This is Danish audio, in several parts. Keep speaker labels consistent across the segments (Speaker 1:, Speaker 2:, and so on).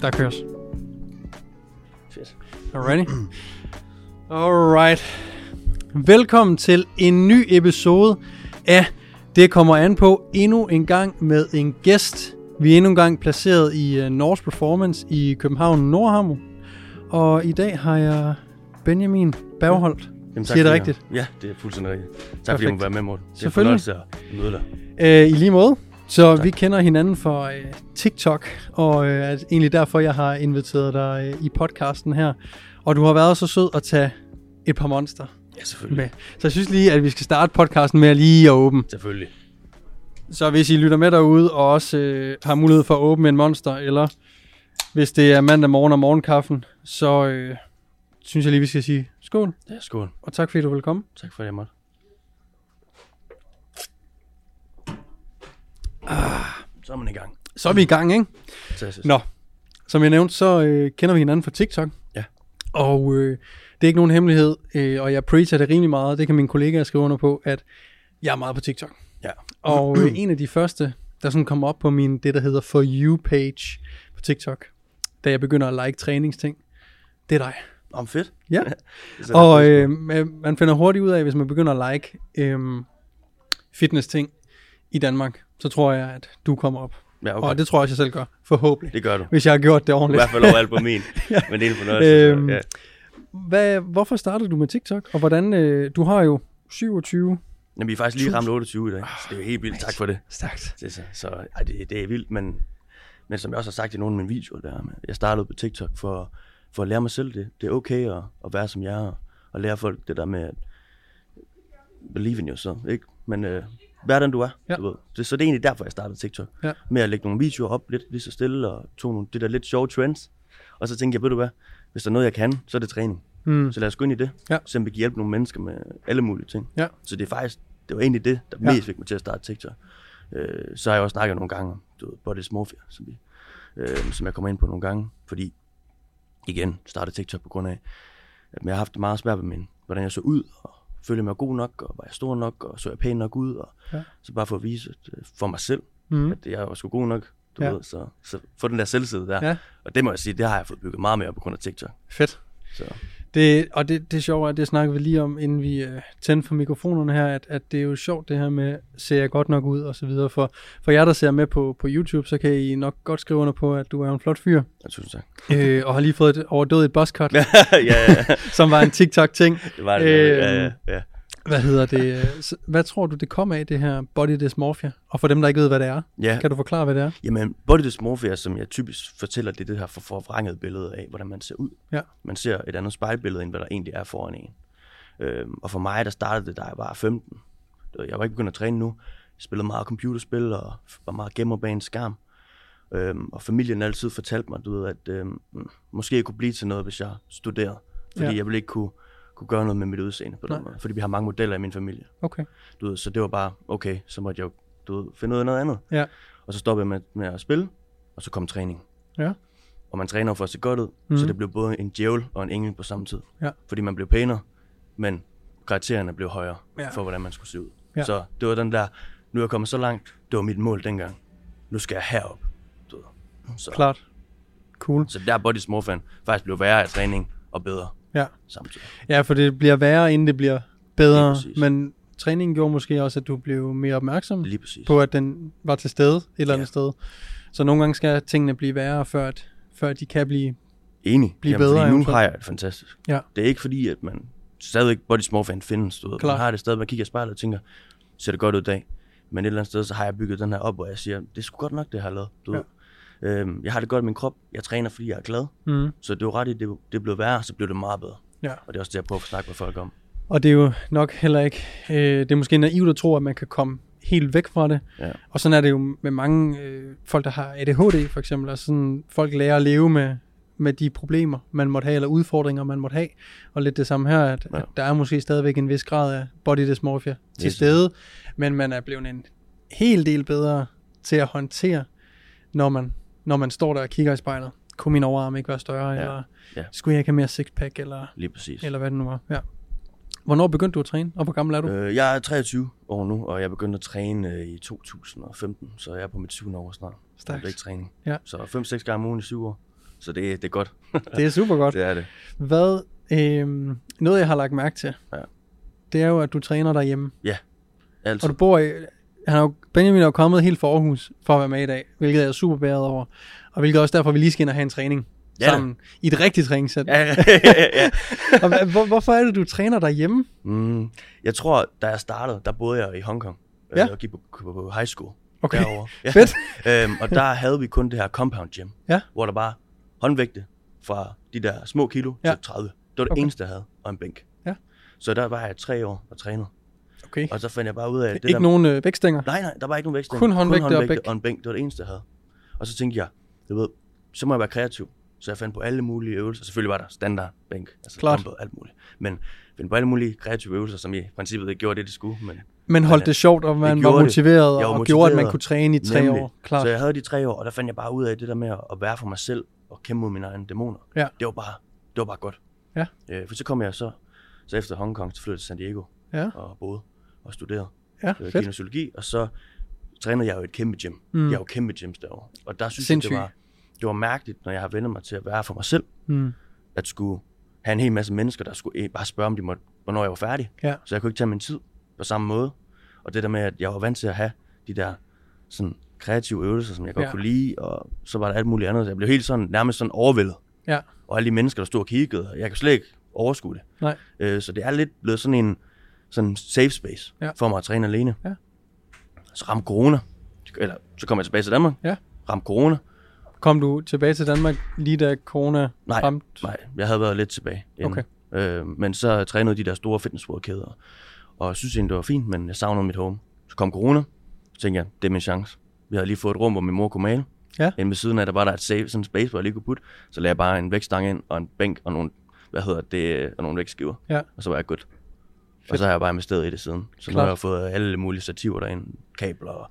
Speaker 1: Der køres.
Speaker 2: Fedt.
Speaker 1: Alrighty. Alright. Velkommen til en ny episode af Det kommer an på endnu en gang med en gæst. Vi er endnu en gang placeret i uh, Norse Performance i København Nordhavn. Og i dag har jeg Benjamin Bergholdt.
Speaker 2: Jamen,
Speaker 1: Siger jeg det
Speaker 2: fordi-
Speaker 1: rigtigt?
Speaker 2: Ja, det er fuldstændig rigtigt. Tak fordi jeg
Speaker 1: Perfekt.
Speaker 2: må være med, Morten. Det er en
Speaker 1: Selvfølgelig.
Speaker 2: fornøjelse at møde dig.
Speaker 1: Øh, I lige måde. Så tak. vi kender hinanden for øh, TikTok, og øh, er egentlig derfor, jeg har inviteret dig øh, i podcasten her. Og du har været så sød at tage et par monster
Speaker 2: Ja, selvfølgelig.
Speaker 1: med. Så jeg synes lige, at vi skal starte podcasten med at lige at åbne.
Speaker 2: Selvfølgelig.
Speaker 1: Så hvis I lytter med derude og også øh, har mulighed for at åbne en monster, eller hvis det er mandag morgen og morgenkaffen, så øh, synes jeg lige, vi skal sige skål,
Speaker 2: Ja, skål.
Speaker 1: og tak fordi du ville komme.
Speaker 2: Tak for det, jeg måtte. Ah, så er man i gang.
Speaker 1: Så er vi i gang, ikke?
Speaker 2: Fantastisk.
Speaker 1: Nå, som jeg nævnte, så øh, kender vi hinanden fra TikTok.
Speaker 2: Ja.
Speaker 1: Og øh, det er ikke nogen hemmelighed, øh, og jeg preacher det rimelig meget, det kan mine kollegaer skrive under på, at jeg er meget på TikTok.
Speaker 2: Ja.
Speaker 1: Og øh, en af de første, der sådan kom op på min, det der hedder For You-page på TikTok, da jeg begynder at like træningsting, det er dig.
Speaker 2: Om fedt.
Speaker 1: Ja.
Speaker 2: Det er
Speaker 1: Og
Speaker 2: fedt.
Speaker 1: øh, man- man finder hurtigt ud af, hvis man begynder at like øh, fitness-ting i Danmark, så tror jeg, at du kommer op.
Speaker 2: ja,
Speaker 1: Okay.
Speaker 2: okay.
Speaker 1: Og
Speaker 2: det...
Speaker 1: det tror jeg også, jeg selv gør. Forhåbentlig.
Speaker 2: det gør du.
Speaker 1: Hvis jeg har gjort det
Speaker 2: I
Speaker 1: ordentligt.
Speaker 2: hvert fald overalt på min. ja. Men det er en fornøjelse.
Speaker 1: Øhm,
Speaker 2: Øhm, ja.
Speaker 1: Hvad, hvorfor startede du med TikTok? Og hvordan, øh, du har jo 27.
Speaker 2: Jamen, vi er faktisk lige ramt 28 i dag. Så det er jo helt vildt. Tak for det.
Speaker 1: Stærkt.
Speaker 2: Det er så, så ej, det, det er vildt, men, men som jeg også har sagt i nogle af mine videoer, der, er, men jeg startede på TikTok for, for at lære mig selv det. Det er okay at, at være som jeg er, og lære folk det der med at believe in yourself, ikke? Men øh, vær den du er,
Speaker 1: Ja.
Speaker 2: ja. du ved. Det, så det er egentlig derfor, jeg startede TikTok.
Speaker 1: Ja.
Speaker 2: Med at lægge nogle videoer op lidt lige så stille, og tog nogle, det der lidt sjove trends. Og så tænkte jeg, ved du hvad, hvis der er noget, jeg kan, så er det træning.
Speaker 1: Mm.
Speaker 2: Så lad os gå ind i det,
Speaker 1: Ja.
Speaker 2: så vi kan hjælpe nogle mennesker med alle mulige ting.
Speaker 1: Ja.
Speaker 2: Så det er faktisk, det var egentlig det, der
Speaker 1: Ja.
Speaker 2: ja. mest fik mig til at starte TikTok. Øh, så har jeg også snakket nogle gange om, du ved, body dysmorphia, som, vi, øh, som jeg kommer ind på nogle gange, fordi igen, startede TikTok på grund af, at jeg har haft det meget svært med min, hvordan jeg så ud, og følte mig god nok, og var jeg stor nok, og så jeg pæn nok ud, og
Speaker 1: Ja.
Speaker 2: ja. så bare for at vise øh, for mig selv,
Speaker 1: Mm.
Speaker 2: at jeg var sgu god nok, du
Speaker 1: Ja.
Speaker 2: ja. ved, så, så få den der selvtillid der.
Speaker 1: Ja.
Speaker 2: Og det må jeg sige, det har jeg fået bygget meget mere op på grund af TikTok.
Speaker 1: Fedt.
Speaker 2: Så.
Speaker 1: Det, og det, det sjove er, det snakker vi lige om, inden vi øh, tændte for mikrofonerne her, at, at det er jo sjovt det her med, ser jeg godt nok ud og så videre. For, for jer, der ser med på, på YouTube, så kan I nok godt skrive under på, at du er en flot fyr.
Speaker 2: Ja, tusind tak.
Speaker 1: Øh, og har lige fået et overdødigt buzzcut, ja.
Speaker 2: ja, ja, ja.
Speaker 1: som var en TikTok-ting.
Speaker 2: det var det. Øh, ja, ja,
Speaker 1: Øhm,
Speaker 2: ja.
Speaker 1: Hvad hedder det? øh, så- Hvad tror du, det kom af, det her body dysmorphia? Og for dem, der ikke ved, hvad det er,
Speaker 2: ja.
Speaker 1: kan du forklare, hvad det er?
Speaker 2: Jamen, body dysmorphia, som jeg typisk fortæller, det er det her for forvrænget billede af, hvordan man ser ud.
Speaker 1: Ja.
Speaker 2: Man ser et andet spejlbillede, end hvad der egentlig er foran en. Øhm, og for mig, der startede det, da jeg var 15. Du ved, Jeg var ikke begyndt at træne nu. Jeg spillede meget computerspil og var meget gemmer bag en skærm. Øhm, og familien har altid fortalte mig, du ved, at øhm, mm, måske jeg kunne blive til noget, hvis jeg studerede. Fordi
Speaker 1: Ja.
Speaker 2: ja. jeg ville ikke kunne, kunne gøre noget med mit udseende på den
Speaker 1: Nej.
Speaker 2: måde. Fordi vi har mange modeller i min familie.
Speaker 1: Okay.
Speaker 2: Du ved, så det var bare, okay, så måtte jeg jo du ved, finde ud af noget andet.
Speaker 1: Ja.
Speaker 2: Og så stoppede jeg med, med at spille, og så kom træning.
Speaker 1: Ja.
Speaker 2: Og man træner jo for at se godt ud, mm. så det blev både en djævel og en engel på samme tid.
Speaker 1: Mhm. Ja.
Speaker 2: Fordi man blev pænere, men kriterierne blev højere
Speaker 1: Ja.
Speaker 2: ja. for, hvordan man skulle se ud.
Speaker 1: Ja.
Speaker 2: Så det var den der, nu er jeg kommet så langt, det var mit mål dengang. Nu skal jeg herop. Du ved. Så,
Speaker 1: Klart. Cool.
Speaker 2: så der body småfan faktisk blev værre af træning og bedre
Speaker 1: Ja.
Speaker 2: samtidig.
Speaker 1: Ja, for det bliver værre, inden det bliver bedre.
Speaker 2: Lige præcis.
Speaker 1: Men træningen gjorde måske også, at du blev mere opmærksom
Speaker 2: Lige præcis.
Speaker 1: på, at den var til stede et eller andet
Speaker 2: Ja.
Speaker 1: sted. Så nogle gange skal tingene blive værre, før, at, før de kan blive...
Speaker 2: Enig.
Speaker 1: Blive bedre
Speaker 2: fordi nu
Speaker 1: eventuelt.
Speaker 2: har jeg det fantastisk.
Speaker 1: Ja.
Speaker 2: Det er ikke fordi, at man stadigvæk body small fan findes. Du ved.
Speaker 1: Klart.
Speaker 2: Man har det stadig, man kigger i spejlet og tænker, ser det godt ud i dag. Men et eller andet sted, så har jeg bygget den her op, og jeg siger, det er sgu godt nok, det jeg har lavet. Du
Speaker 1: Ja.
Speaker 2: ja. øhm, jeg har det godt i min krop. Jeg træner, fordi jeg er glad.
Speaker 1: Mm.
Speaker 2: Så det er jo ret i, det, det blev værre, så blev det meget bedre.
Speaker 1: Ja.
Speaker 2: Og det er også det, jeg prøver at snakke med folk om.
Speaker 1: Og det er jo nok heller ikke... Øh, det er måske naivt at tro, at man kan komme helt væk fra det.
Speaker 2: Ja.
Speaker 1: Og sådan er det jo med mange øh, folk, der har ADHD for eksempel. Og sådan, folk lærer at leve med, med de problemer, man måtte have, eller udfordringer, man måtte have. Og lidt det samme her, at, ja.
Speaker 2: Ja.
Speaker 1: at der er måske stadigvæk en vis grad af body dysmorphia til
Speaker 2: Yes.
Speaker 1: stede. Men man er blevet en hel del bedre til at håndtere, når man, når man står der og kigger i spejlet. Kunne min overarm ikke være større? Ja.
Speaker 2: Ja.
Speaker 1: Eller
Speaker 2: Ja.
Speaker 1: skulle jeg ikke have mere sixpack? Eller
Speaker 2: Lige præcis.
Speaker 1: eller hvad det nu var. Ja. Hvornår begyndte du at træne, og hvor gammel er du? Øh.
Speaker 2: Øh, jeg er 23 år nu, og jeg begyndte at træne øh, i 2015, så jeg er på mit syvende år snart.
Speaker 1: Stærkt.
Speaker 2: Det er ikke træning.
Speaker 1: Ja.
Speaker 2: Så 5-6 gange om ugen i 7 år. Så det, det er godt.
Speaker 1: Det er super godt.
Speaker 2: det er det.
Speaker 1: Hvad, øh, noget jeg har lagt mærke til,
Speaker 2: Ja.
Speaker 1: det er jo, at du træner derhjemme.
Speaker 2: Altid.
Speaker 1: Og du bor i... Han er jo, Benjamin er jo kommet helt fra Aarhus for at være med i dag, hvilket jeg er super bæret over. Og hvilket er også derfor, vi lige skal ind og have en træning
Speaker 2: Ja da.
Speaker 1: sammen i et rigtigt træningssæt.
Speaker 2: Ja, ja, ja.
Speaker 1: og hva- hvor, hvorfor er det, du træner derhjemme?
Speaker 2: Mm, jeg tror, da jeg startede, der boede jeg i Hongkong. øh,
Speaker 1: Ja.
Speaker 2: Og gik på, på high school.
Speaker 1: Okay.
Speaker 2: Derovre.
Speaker 1: Fedt.
Speaker 2: øhm, og der havde vi kun det her compound gym.
Speaker 1: Ja.
Speaker 2: Hvor der bare håndvægte fra de der små kilo
Speaker 1: Ja.
Speaker 2: til 30. Det var det
Speaker 1: Okay.
Speaker 2: okay. eneste, jeg havde. Og en bænk.
Speaker 1: Ja.
Speaker 2: Så der var jeg tre år og trænede.
Speaker 1: Okay.
Speaker 2: Og så fandt jeg bare ud af... at
Speaker 1: Det ikke
Speaker 2: der,
Speaker 1: nogen øh, vækstænger?
Speaker 2: Nej, nej, der var ikke nogen vækst.
Speaker 1: Kun håndvægte og bænk.
Speaker 2: og en bænk. Det var det eneste, jeg havde. Og så tænkte jeg, du ved, så må jeg være kreativ. Så jeg fandt på alle mulige øvelser. Selvfølgelig var der standard bænk, altså
Speaker 1: Klart.
Speaker 2: dumbbell, alt muligt. Men fandt på alle mulige kreative øvelser, som i princippet ikke gjorde det, de skulle. Men
Speaker 1: Men holdt
Speaker 2: Nej,
Speaker 1: det sjovt, og man var
Speaker 2: gjorde det.
Speaker 1: motiveret,
Speaker 2: Jeg
Speaker 1: og
Speaker 2: var
Speaker 1: gjorde, at man
Speaker 2: motiveret.
Speaker 1: kunne træne i tre
Speaker 2: Nemlig.
Speaker 1: år. Klart.
Speaker 2: Så jeg havde de tre år, og der fandt jeg bare ud af det der med at- at være for mig selv og kæmpe mod mine egne dæmoner.
Speaker 1: Ja.
Speaker 2: Det var bare, det var bare godt.
Speaker 1: Ja.
Speaker 2: Øh, for så kom jeg så, så efter Hongkong, så flyttede jeg til San Diego
Speaker 1: Ja,
Speaker 2: og boede og studerede
Speaker 1: ja
Speaker 2: øh,
Speaker 1: fedt.
Speaker 2: kinesiologi, og så trænede jeg jo i et kæmpe gym.
Speaker 1: Mm.
Speaker 2: Mm. Jeg er jo kæmpe gyms derovre. Og der synes
Speaker 1: Sindssygt.
Speaker 2: jeg, det var, det var mærkeligt, når jeg har vendt mig til at være for mig selv,
Speaker 1: Mm.
Speaker 2: at skulle have en hel masse mennesker, der skulle eh, bare spørge, om de måtte, hvornår jeg var færdig.
Speaker 1: Ja.
Speaker 2: Så jeg kunne ikke tage min tid på samme måde. Og det der med, at jeg var vant til at have de der sådan, kreative øvelser, som jeg godt
Speaker 1: Ja.
Speaker 2: ja. kunne lide, og så var der alt muligt andet. Jeg blev helt sådan, nærmest sådan overvældet.
Speaker 1: Ja.
Speaker 2: Og alle de mennesker, der stod og kiggede, og jeg kan slet ikke overskue det.
Speaker 1: Nej.
Speaker 2: Øh, så det er lidt blevet sådan en sådan safe space
Speaker 1: Ja.
Speaker 2: ja. for mig at træne alene.
Speaker 1: Ja.
Speaker 2: Så ramte corona. Eller, så kom jeg tilbage til Danmark.
Speaker 1: Ja.
Speaker 2: Ramte corona.
Speaker 1: Kom du tilbage til Danmark lige da corona
Speaker 2: Nej,
Speaker 1: ramte?
Speaker 2: Nej, jeg havde været lidt tilbage.
Speaker 1: Okay.
Speaker 2: Øh, men så trænede de der store fitness world kæder og jeg synes egentlig, det var fint, men jeg savnede mit home. Så kom corona, så tænkte jeg, det er min chance. Vi havde lige fået et rum, hvor min mor kunne male.
Speaker 1: Ja.
Speaker 2: Inde ved siden af, der var der et safe, sådan en space, hvor jeg lige kunne putte. Så lagde jeg bare en vægtstang ind, og en bænk, og nogle, hvad hedder det, og nogle vægtskiver.
Speaker 1: Ja.
Speaker 2: Og så var jeg godt. Og så har jeg bare investeret i det siden. Så Klart. nu
Speaker 1: Klart.
Speaker 2: har jeg fået alle mulige stativer derinde. Kabler og,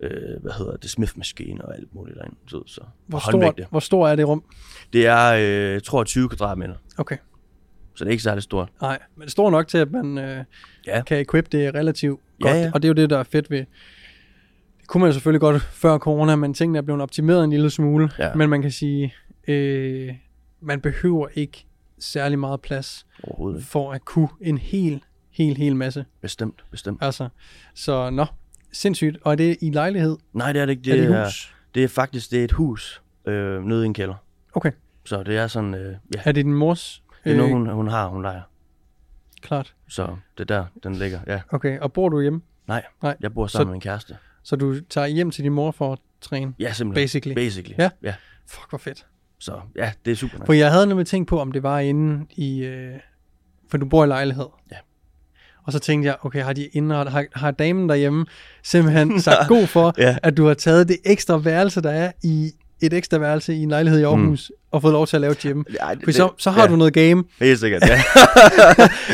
Speaker 2: øh, hvad hedder det, smith-maskine og alt muligt derinde. Så, så.
Speaker 1: Hvor
Speaker 2: og håndvægte.
Speaker 1: stor, hvor stor er det rum?
Speaker 2: Det er, øh, jeg tror, 20 kvadratmeter.
Speaker 1: Okay.
Speaker 2: Så det er ikke særlig stort.
Speaker 1: Nej, men stor nok til, at man øh, ja.
Speaker 2: Ja.
Speaker 1: kan equip det relativt
Speaker 2: Ja,
Speaker 1: godt,
Speaker 2: ja.
Speaker 1: og det er jo det, der er fedt ved. Det kunne man jo selvfølgelig godt før corona, men tingene er blevet optimeret en lille smule,
Speaker 2: Ja.
Speaker 1: men man kan sige, øh, man behøver ikke særlig meget plads
Speaker 2: Overhovedet ikke.
Speaker 1: for at kunne en hel, hel, hel masse.
Speaker 2: Bestemt, bestemt.
Speaker 1: Altså, så nå, sindssygt. Og er det i lejlighed?
Speaker 2: Nej, det er det ikke.
Speaker 1: er
Speaker 2: Det,
Speaker 1: det i
Speaker 2: er,
Speaker 1: hus?
Speaker 2: det er faktisk det er et hus øh, nede i en kælder.
Speaker 1: Okay.
Speaker 2: Så det er sådan, øh, ja,
Speaker 1: Er det din mors? øh,
Speaker 2: det er noget, hun, hun har, hun leger.
Speaker 1: Klart.
Speaker 2: Så det er der, den ligger. Ja.
Speaker 1: Okay, og bor du hjemme?
Speaker 2: Nej,
Speaker 1: Nej.
Speaker 2: jeg bor
Speaker 1: Så-
Speaker 2: sammen så... med min kæreste.
Speaker 1: Så du tager hjem til din mor for at træne?
Speaker 2: Ja, simpelthen.
Speaker 1: Basically.
Speaker 2: Basically.
Speaker 1: Ja.
Speaker 2: ja.
Speaker 1: Fuck, hvor fedt.
Speaker 2: Så ja, det er super
Speaker 1: For
Speaker 2: nice.
Speaker 1: jeg havde nemlig tænkt på, om det var inde i... Øh, for du bor i lejlighed.
Speaker 2: Ja.
Speaker 1: Og så tænkte jeg, okay, har, de indret, har, har damen derhjemme simpelthen sagt god for,
Speaker 2: Ja.
Speaker 1: at du har taget det ekstra værelse, der er i et ekstra værelse i en lejlighed i Aarhus, mm. og fået lov til at lave et gym.
Speaker 2: Ej, det-
Speaker 1: For så,
Speaker 2: det-
Speaker 1: så har
Speaker 2: ja.
Speaker 1: du noget game.
Speaker 2: Helt sikkert, ja.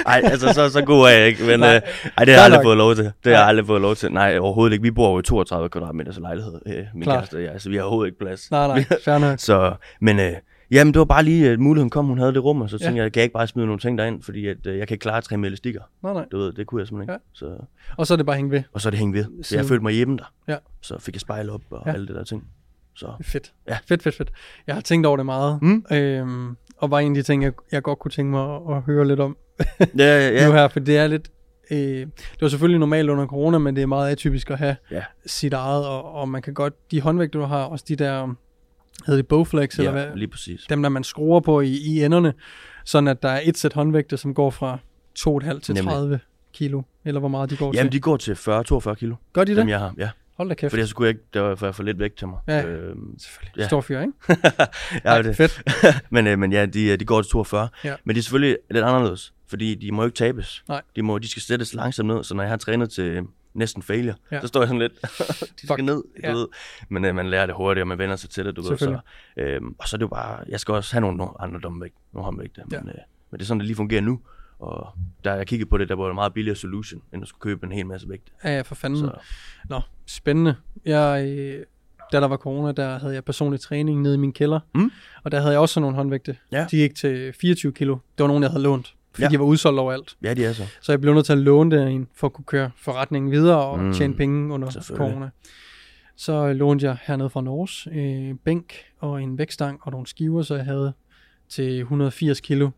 Speaker 2: Ej, altså så, så god er jeg ikke, men
Speaker 1: Nej.
Speaker 2: øh, ej, det har
Speaker 1: Fair
Speaker 2: jeg aldrig
Speaker 1: nok.
Speaker 2: fået lov til. Det har
Speaker 1: Nej.
Speaker 2: jeg aldrig fået lov til. Nej, overhovedet ikke. Vi bor jo i 32 kvadratmeters lejlighed, øh, min
Speaker 1: Klart.
Speaker 2: kæreste og jeg, så vi har overhovedet ikke plads.
Speaker 1: Nej, nej, fair nok.
Speaker 2: Så, men øh, jamen, det var bare lige, at muligheden kom, hun havde det rum, og så
Speaker 1: Ja.
Speaker 2: tænkte ja. jeg, kan jeg ikke bare smide nogle ting derind, fordi at, øh, jeg kan ikke klare tre med elastikker.
Speaker 1: Nej, nej.
Speaker 2: Du ved, det kunne jeg simpelthen ikke. Ja. Så,
Speaker 1: Og så er det bare hængt ved.
Speaker 2: og så er det hængt ved. Så
Speaker 1: Siden.
Speaker 2: jeg følte mig hjemme der.
Speaker 1: Ja.
Speaker 2: Så fik jeg spejl op og
Speaker 1: Ja.
Speaker 2: ja. alle det der ting. Så
Speaker 1: Fedt.
Speaker 2: Ja.
Speaker 1: Fedt, fedt, fedt. Jeg har tænkt over det meget,
Speaker 2: Mm.
Speaker 1: øhm, og var en af de ting, jeg, jeg godt kunne tænke mig at, at høre lidt om.
Speaker 2: ja, ja,
Speaker 1: ja. nu
Speaker 2: ja.
Speaker 1: her, for det er lidt... Øh, det var selvfølgelig normalt under corona, men det er meget atypisk at have
Speaker 2: Ja.
Speaker 1: sit eget, og, og man kan godt... De håndvægte, du har, også de der... Hedder det Bowflex, eller
Speaker 2: ja
Speaker 1: hvad?
Speaker 2: lige præcis.
Speaker 1: Dem, der man skruer på i, i enderne, sådan at der er et sæt håndvægte, som går fra 2,5 til
Speaker 2: Nemlig.
Speaker 1: 30 kilo, eller hvor meget de går
Speaker 2: Jamen,
Speaker 1: til.
Speaker 2: de går til 40-42 kilo,
Speaker 1: Gør de
Speaker 2: dem
Speaker 1: det?
Speaker 2: jeg har. Ja.
Speaker 1: Hold da kæft.
Speaker 2: Fordi så kunne jeg ikke, det var for, jeg for lidt væk til mig.
Speaker 1: Ja.
Speaker 2: Øhm,
Speaker 1: Selvfølgelig.
Speaker 2: Ja.
Speaker 1: Stor fyr, ikke?
Speaker 2: ja,
Speaker 1: Nej,
Speaker 2: det.
Speaker 1: Fedt.
Speaker 2: men, øh, men ja, de, øh, de går til 42.
Speaker 1: Ja.
Speaker 2: Men det er selvfølgelig lidt anderledes, fordi de må jo ikke tabes.
Speaker 1: Nej.
Speaker 2: De, må, de skal sættes langsomt ned, så når jeg har trænet til øh, næsten failure,
Speaker 1: Ja.
Speaker 2: ja. så står jeg sådan lidt, de
Speaker 1: Fuck.
Speaker 2: skal ned, du
Speaker 1: Ja.
Speaker 2: ja. ved. Men øh, man lærer det hurtigt, og man vender sig til det, du ved. Så,
Speaker 1: Selvfølgelig.
Speaker 2: øh, og så er det jo bare, jeg skal også have nogle, nogle andre domvægte, nogle håndvægte.
Speaker 1: Ja.
Speaker 2: Men, øh, men det er sådan, det lige fungerer nu. Og da jeg kiggede på det, der var det meget billigere solution, end at skulle købe en hel masse Altså, vægte.
Speaker 1: Ja, ja, for fanden.
Speaker 2: Så
Speaker 1: Nå, spændende. Jeg, øh, da der var corona, der havde jeg personlig træning nede i min kælder.
Speaker 2: Mm.
Speaker 1: Og der havde jeg også sådan nogle håndvægte.
Speaker 2: Ja.
Speaker 1: De gik til 24 kilo. Det var nogen, jeg havde lånt, fordi
Speaker 2: Ja.
Speaker 1: ja. de var udsolgt overalt.
Speaker 2: ja, de er så.
Speaker 1: Så jeg blev nødt til at låne det af en, for at kunne køre forretningen videre og mm.
Speaker 2: Mm.
Speaker 1: tjene penge under
Speaker 2: Selvfølgelig.
Speaker 1: corona. Så øh, lånte jeg hernede fra Norges øh, bænk og en vægtstang og nogle skiver, så jeg havde til 180 kilo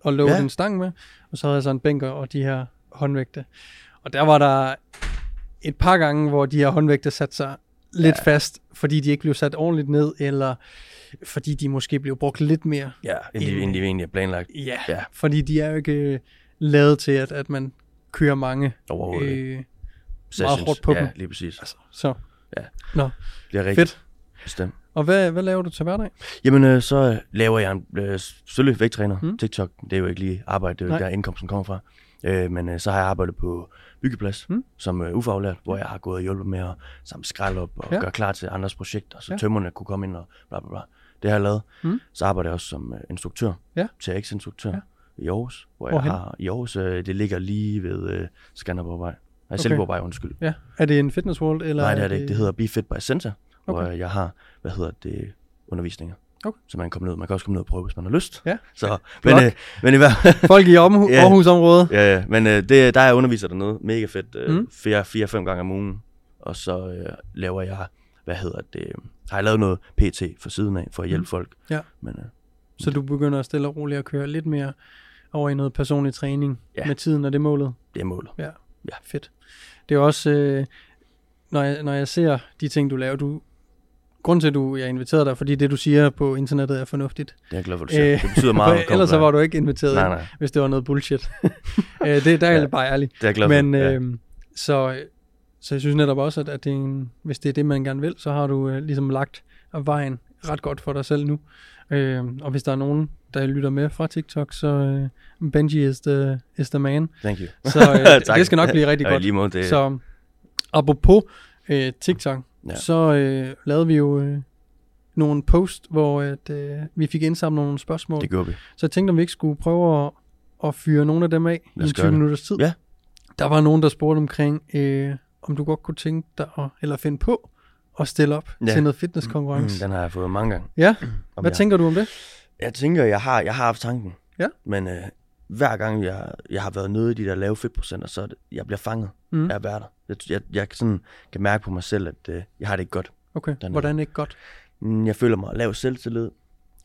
Speaker 1: og lå ja.
Speaker 2: Ja.
Speaker 1: en stang med. Og så havde jeg så en bænker og de her håndvægte. Og der var der et par gange, hvor de her håndvægte satte sig lidt ja. fast, fordi de ikke blev sat ordentligt ned, eller fordi de måske blev brugt lidt mere.
Speaker 2: Ja, end de,
Speaker 1: Enig.
Speaker 2: end de egentlig er planlagt
Speaker 1: Ja,
Speaker 2: Ja.
Speaker 1: fordi de er jo ikke øh, lavet til, at, at man kører mange
Speaker 2: overhovedet. Øh,
Speaker 1: øh, hårdt på
Speaker 2: ja,
Speaker 1: dem.
Speaker 2: lige præcis.
Speaker 1: Altså, så
Speaker 2: Ja.
Speaker 1: Nå,
Speaker 2: Det er rigtigt.
Speaker 1: fedt.
Speaker 2: Bestemt.
Speaker 1: Og hvad, hvad laver du til hverdag?
Speaker 2: Jamen, øh, så øh, laver jeg en øh, selvfølgelig vægttræner.
Speaker 1: Mm.
Speaker 2: Mm. TikTok, det er jo ikke lige arbejde, det er jo
Speaker 1: Nej.
Speaker 2: der indkomsten kommer fra. Øh, men øh, så har jeg arbejdet på byggeplads
Speaker 1: Mm.
Speaker 2: mm. som øh, ufaglært, hvor jeg har gået og hjulpet med at samle skrald op og
Speaker 1: Ja.
Speaker 2: ja. gøre klar til andres projekter, så
Speaker 1: Ja.
Speaker 2: ja. tømmerne kunne komme ind og bla bla bla. Det har jeg lavet.
Speaker 1: Mm.
Speaker 2: Mm. Så arbejder jeg også som øh, instruktør,
Speaker 1: Ja.
Speaker 2: TRX-instruktør ja. i Aarhus, hvor
Speaker 1: Hvorhen?
Speaker 2: jeg har i Aarhus, øh, det ligger lige ved øh, Skanderborgvej. Nej, Silkeborgvej, undskyld.
Speaker 1: Ja. Er det en fitness world? Eller
Speaker 2: Nej, det er det ikke. Det hedder Be Fit by Center, okay.
Speaker 1: Okay.
Speaker 2: hvor jeg har, hvad hedder det, undervisninger.
Speaker 1: Okay.
Speaker 2: Så man kan komme ned. Man kan også komme ned og prøve, hvis man har lyst.
Speaker 1: Ja.
Speaker 2: Så, men, øh, men i hver...
Speaker 1: Folk i Aarhus,
Speaker 2: Ja.
Speaker 1: Aarhusområdet?
Speaker 2: ja, ja, men øh, det, der er jeg underviser dernede. Mega fedt. Øh,
Speaker 1: Mm.
Speaker 2: mm. fire, fire, fem gange om ugen. Og så øh, laver jeg, hvad hedder det, har jeg lavet noget PT for siden af, for at hjælpe
Speaker 1: Mm.
Speaker 2: mm. folk.
Speaker 1: Ja.
Speaker 2: Men øh,
Speaker 1: Så du begynder stille og roligt at køre lidt mere over i noget personlig træning ja.
Speaker 2: Ja.
Speaker 1: med tiden, og det er målet?
Speaker 2: det er målet.
Speaker 1: Ja.
Speaker 2: Ja.
Speaker 1: Fedt. Det er også, øh, når, jeg, når jeg ser de ting, du laver, du grund til, at du, jeg inviterede dig, fordi det, du siger på internettet, er fornuftigt.
Speaker 2: Det er jeg glad for, du siger.
Speaker 1: Øh,
Speaker 2: Øh, det betyder meget. når det
Speaker 1: For
Speaker 2: kommer
Speaker 1: ellers så
Speaker 2: til
Speaker 1: var
Speaker 2: dig.
Speaker 1: du ikke inviteret,
Speaker 2: Nej,
Speaker 1: ind,
Speaker 2: nej.
Speaker 1: hvis det var noget bullshit. øh, det, der er jeg
Speaker 2: Ja.
Speaker 1: bare ærlig.
Speaker 2: Det er jeg glad for.
Speaker 1: Men
Speaker 2: ja.
Speaker 1: øh, så, så jeg synes netop også, at, at det er en, hvis det er det, man gerne vil, så har du øh, ligesom lagt vejen ret godt for dig selv nu. Øh, og hvis der er nogen, der lytter med fra TikTok, så øh, Benji is the, is the man.
Speaker 2: Thank you.
Speaker 1: Så øh,
Speaker 2: Tak.
Speaker 1: det skal nok blive rigtig
Speaker 2: Og i
Speaker 1: godt.
Speaker 2: lige måde, det,
Speaker 1: Så apropos øh, TikTok, ja.
Speaker 2: Ja.
Speaker 1: så øh, lavede vi jo øh, nogle post, hvor at, øh, vi fik indsamlet nogle spørgsmål.
Speaker 2: det gjorde vi.
Speaker 1: Så jeg tænkte, om vi ikke skulle prøve at, at fyre nogle af dem af
Speaker 2: Lad os
Speaker 1: i
Speaker 2: gøre
Speaker 1: 20
Speaker 2: det.
Speaker 1: minutters tid.
Speaker 2: Ja.
Speaker 1: Der var nogen, der spurgte omkring, øh, om du godt kunne tænke dig, at, eller finde på, at stille op ja.
Speaker 2: Ja.
Speaker 1: til noget fitnesskonkurrence.
Speaker 2: Mm, Den har jeg fået mange gange.
Speaker 1: Ja,
Speaker 2: Om
Speaker 1: hvad
Speaker 2: jeg-
Speaker 1: tænker du om det?
Speaker 2: Jeg tænker, jeg har, jeg har haft tanken.
Speaker 1: Ja.
Speaker 2: Men øh, hver gang jeg, jeg har været nede i de der lave fedtprocenter, så er det, jeg bliver fanget
Speaker 1: Mm.
Speaker 2: mm. af at være der. Jeg, jeg, jeg sådan kan mærke på mig selv, at øh, jeg har det ikke godt.
Speaker 1: Okay,
Speaker 2: Den er-
Speaker 1: hvordan ikke godt?
Speaker 2: Mm, Jeg føler mig lav selvtillid.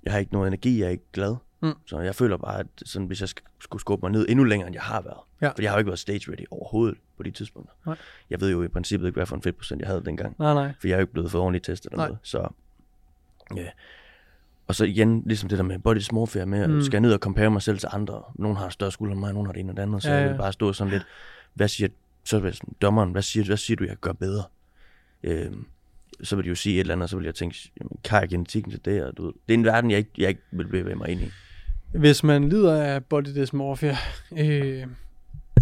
Speaker 2: Jeg har ikke noget energi, jeg er ikke glad.
Speaker 1: Mm.
Speaker 2: Så jeg føler bare, at sådan, hvis jeg sk- skulle skubbe mig ned endnu længere, end jeg har været.
Speaker 1: Ja.
Speaker 2: For jeg har jo ikke været stage ready overhovedet på de tidspunkter.
Speaker 1: Nej.
Speaker 2: Jeg ved jo i princippet ikke, hvad for en fedtprocent jeg havde dengang.
Speaker 1: Nej, nej.
Speaker 2: For jeg er jo ikke blevet for ordentligt testet eller
Speaker 1: Nej.
Speaker 2: noget. Så, ja. Og så igen, ligesom det der med body småfærd med,
Speaker 1: Mm.
Speaker 2: mm. skal jeg ned og compare mig selv til andre? Nogen har større skulder end mig, nogen har det ene og det andet. Så
Speaker 1: Ja,
Speaker 2: ja,
Speaker 1: ja.
Speaker 2: jeg vil bare stå sådan lidt, hvad siger, så vil jeg sådan, dommeren, hvad siger, hvad siger du, jeg gør bedre? Øhm, så vil de jo sige et eller andet, og så vil jeg tænke, jamen, kan jeg genetikken til det? Og, du ved, det er en verden, jeg ikke, jeg ikke vil bevæge mig ind i.
Speaker 1: Hvis man lider af body dysmorphia, øh,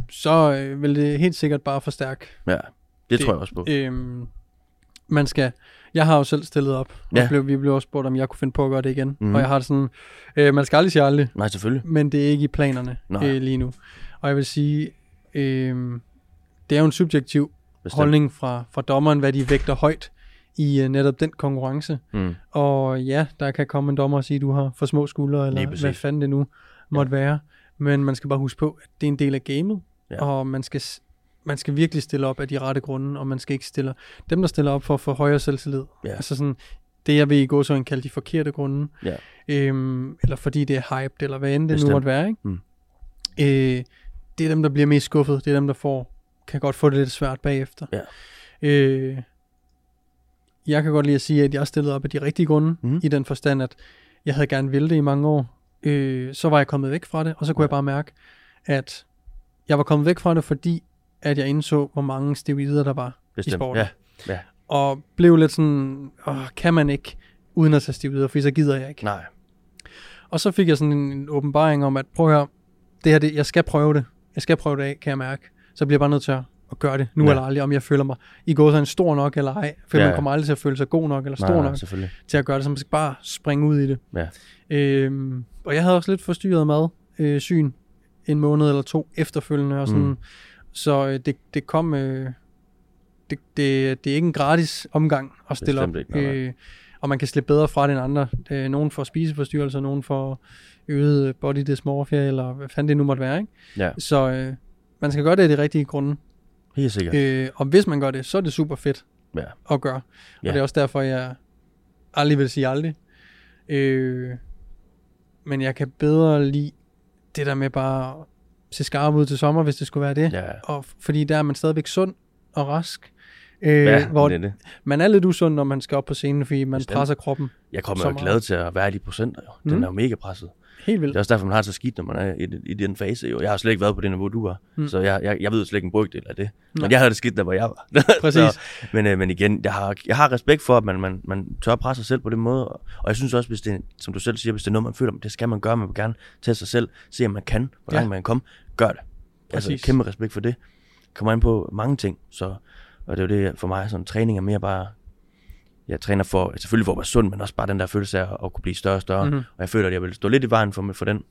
Speaker 1: så øh, vil det helt sikkert bare forstærke.
Speaker 2: Ja, det, det tror jeg også på.
Speaker 1: Øh, man skal, jeg har jo selv stillet op, ja. og
Speaker 2: Ja.
Speaker 1: blev, vi blev også spurgt, om jeg kunne finde på at gøre det igen. Mm.
Speaker 2: Mhm.
Speaker 1: Og jeg har det sådan, øh, man skal aldrig sige aldrig,
Speaker 2: Nej, selvfølgelig.
Speaker 1: men det er ikke i planerne
Speaker 2: Nej.
Speaker 1: øh, lige nu. Og jeg vil sige, øh, det er jo en subjektiv
Speaker 2: Bestemt.
Speaker 1: holdning fra, fra dommeren, hvad de vægter højt i øh, netop den konkurrence.
Speaker 2: Mm.
Speaker 1: Og ja, der kan komme en dommer og sige, du har for små skuldre,
Speaker 2: Lige
Speaker 1: eller hvad
Speaker 2: præcis.
Speaker 1: fanden det nu måtte ja. være. Men man skal bare huske på, at det er en del af gamet, ja.
Speaker 2: Ja.
Speaker 1: og man skal, s- man skal virkelig stille op af de rette grunde, og man skal ikke stille... Dem, der stiller op for at få højere selvtillid,
Speaker 2: Ja.
Speaker 1: altså sådan, det jeg vil i går så kalde de forkerte grunde,
Speaker 2: Ja.
Speaker 1: øhm, eller fordi det er hyped, eller hvad end det nu
Speaker 2: Bestemt.
Speaker 1: måtte være, ikke?
Speaker 2: Mm.
Speaker 1: Øh, det er dem, der bliver mest skuffet, det er dem, der får, kan godt få det lidt svært bagefter.
Speaker 2: Ja.
Speaker 1: Øh, jeg kan godt lide at sige, at jeg stillede op af de rigtige grunde, mm.
Speaker 2: Mhm.
Speaker 1: i den forstand, at jeg havde gerne ville det i mange år. Øh, så var jeg kommet væk fra det, og så kunne ja. jeg bare mærke, at jeg var kommet væk fra det, fordi at jeg indså, hvor mange steroider der var i
Speaker 2: Bestemt.
Speaker 1: sporten.
Speaker 2: Ja, ja.
Speaker 1: Og blev lidt sådan, Åh, kan man ikke uden at tage steroider, for så gider jeg ikke.
Speaker 2: Nej,
Speaker 1: Og så fik jeg sådan en, en åbenbaring om, at prøv her, det her, det, jeg skal prøve det. Jeg skal prøve det af, kan jeg mærke. Så bliver jeg bare nødt til at at gøre det nu ja.
Speaker 2: Ja.
Speaker 1: eller aldrig, om jeg føler mig i går sådan stor nok eller ej. For ja,
Speaker 2: Ja,
Speaker 1: man
Speaker 2: ja.
Speaker 1: kommer aldrig til at føle sig god nok eller stor
Speaker 2: nej, nej,
Speaker 1: nok
Speaker 2: selvfølgelig.
Speaker 1: til at gøre det, så man skal bare springe ud i det.
Speaker 2: Ja.
Speaker 1: Øhm, og jeg havde også lidt forstyrret mad, øh, syn, en måned eller to efterfølgende. Og sådan. Mm.
Speaker 2: Mm.
Speaker 1: Så øh, det, det kom... Øh, det, det, det er ikke en gratis omgang at stille
Speaker 2: Bestemt
Speaker 1: op.
Speaker 2: ikke, nej, nej.
Speaker 1: øh, og man kan slippe bedre fra det end andre. Øh, nogen får spiseforstyrrelser, nogen får øget body dysmorphia, eller hvad fanden det nu måtte være. Ikke?
Speaker 2: Ja,
Speaker 1: Så øh, man skal gøre det af de rigtige grunde.
Speaker 2: helt sikkert.
Speaker 1: Øh, og hvis man gør det, så er det super fedt.
Speaker 2: Ja.
Speaker 1: at gøre. Og
Speaker 2: Ja.
Speaker 1: det er også derfor, jeg aldrig vil sige aldrig. Øh, men jeg kan bedre lide det der med bare at se skarp ud til sommer, hvis det skulle være det.
Speaker 2: Ja.
Speaker 1: Og, f- fordi der er man stadigvæk sund og rask. Øh,
Speaker 2: Ja,
Speaker 1: hvor
Speaker 2: det er det.
Speaker 1: man er lidt usund, når man skal op på scenen, fordi man
Speaker 2: Bestemt.
Speaker 1: presser kroppen
Speaker 2: Jeg kommer
Speaker 1: Så
Speaker 2: jo
Speaker 1: meget.
Speaker 2: glad til at være i de procenter, jo. Den
Speaker 1: Mm.
Speaker 2: er jo mega presset.
Speaker 1: helt vildt.
Speaker 2: Det er også derfor, man har det så skidt, når man er i, den- i den fase. Jo. Jeg har slet ikke været på det niveau, du var.
Speaker 1: Mm.
Speaker 2: Mm. Så jeg, jeg, jeg ved slet ikke en brygdel af det. Men
Speaker 1: Nej.
Speaker 2: jeg havde det skidt, der hvor jeg var.
Speaker 1: Præcis.
Speaker 2: så, men, øh, men igen, jeg har, jeg har respekt for, at man, man, man tør presse sig selv på den måde. Og, og jeg synes også, hvis det, som du selv siger, hvis det er noget, man føler, det skal man gøre. Man vil gerne teste sig selv, se om man kan, hvor
Speaker 1: Ja.
Speaker 2: langt man kan komme. Gør det.
Speaker 1: Præcis.
Speaker 2: Altså kæmpe respekt for det. Kommer ind på mange ting. Så, og det er jo det for mig, sådan, træning er mere bare jeg træner for, selvfølgelig for at være sund, men også bare den der følelse af at, at kunne blive større og større.
Speaker 1: Mhm.
Speaker 2: Mm-hmm. Og jeg føler, at jeg vil stå lidt i vejen for, for den,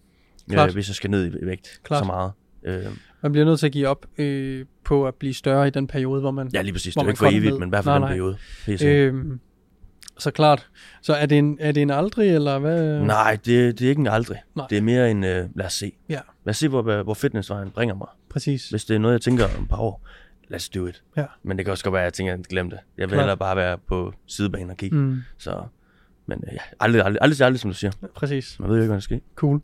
Speaker 1: Klart.
Speaker 2: øh, hvis jeg skal ned i vægt
Speaker 1: Klart.
Speaker 2: så meget. Øh,
Speaker 1: Man bliver nødt til at give op øh, på at blive større i den periode, hvor man...
Speaker 2: ja, lige præcis.
Speaker 1: Hvor
Speaker 2: Det er jo
Speaker 1: man
Speaker 2: ikke for
Speaker 1: kom
Speaker 2: evigt,
Speaker 1: ned.
Speaker 2: men i hvert
Speaker 1: Nej,
Speaker 2: fald den
Speaker 1: nej.
Speaker 2: periode. Helt sikkert.
Speaker 1: øh, så klart. Så er det en, er det en aldrig, eller hvad?
Speaker 2: Nej, det, det er ikke en aldrig.
Speaker 1: Øh. Nej.
Speaker 2: Nej. Det er mere en, øh, lad os se.
Speaker 1: Ja,
Speaker 2: Lad os se, hvor, hvor fitnessvejen bringer mig.
Speaker 1: præcis.
Speaker 2: Hvis det er noget, jeg tænker om et par år, let's do it.
Speaker 1: Ja.
Speaker 2: Men det kan også godt være, at jeg tænker, at jeg glemte det. Jeg vil
Speaker 1: Klart.
Speaker 2: hellere bare være på sidebanen og kigge. Mm.
Speaker 1: Mm,
Speaker 2: Så, men øh, ja, aldrig, aldrig, aldrig, aldrig, som du siger.
Speaker 1: præcis.
Speaker 2: Man ved jo ikke, hvad der sker.
Speaker 1: Cool.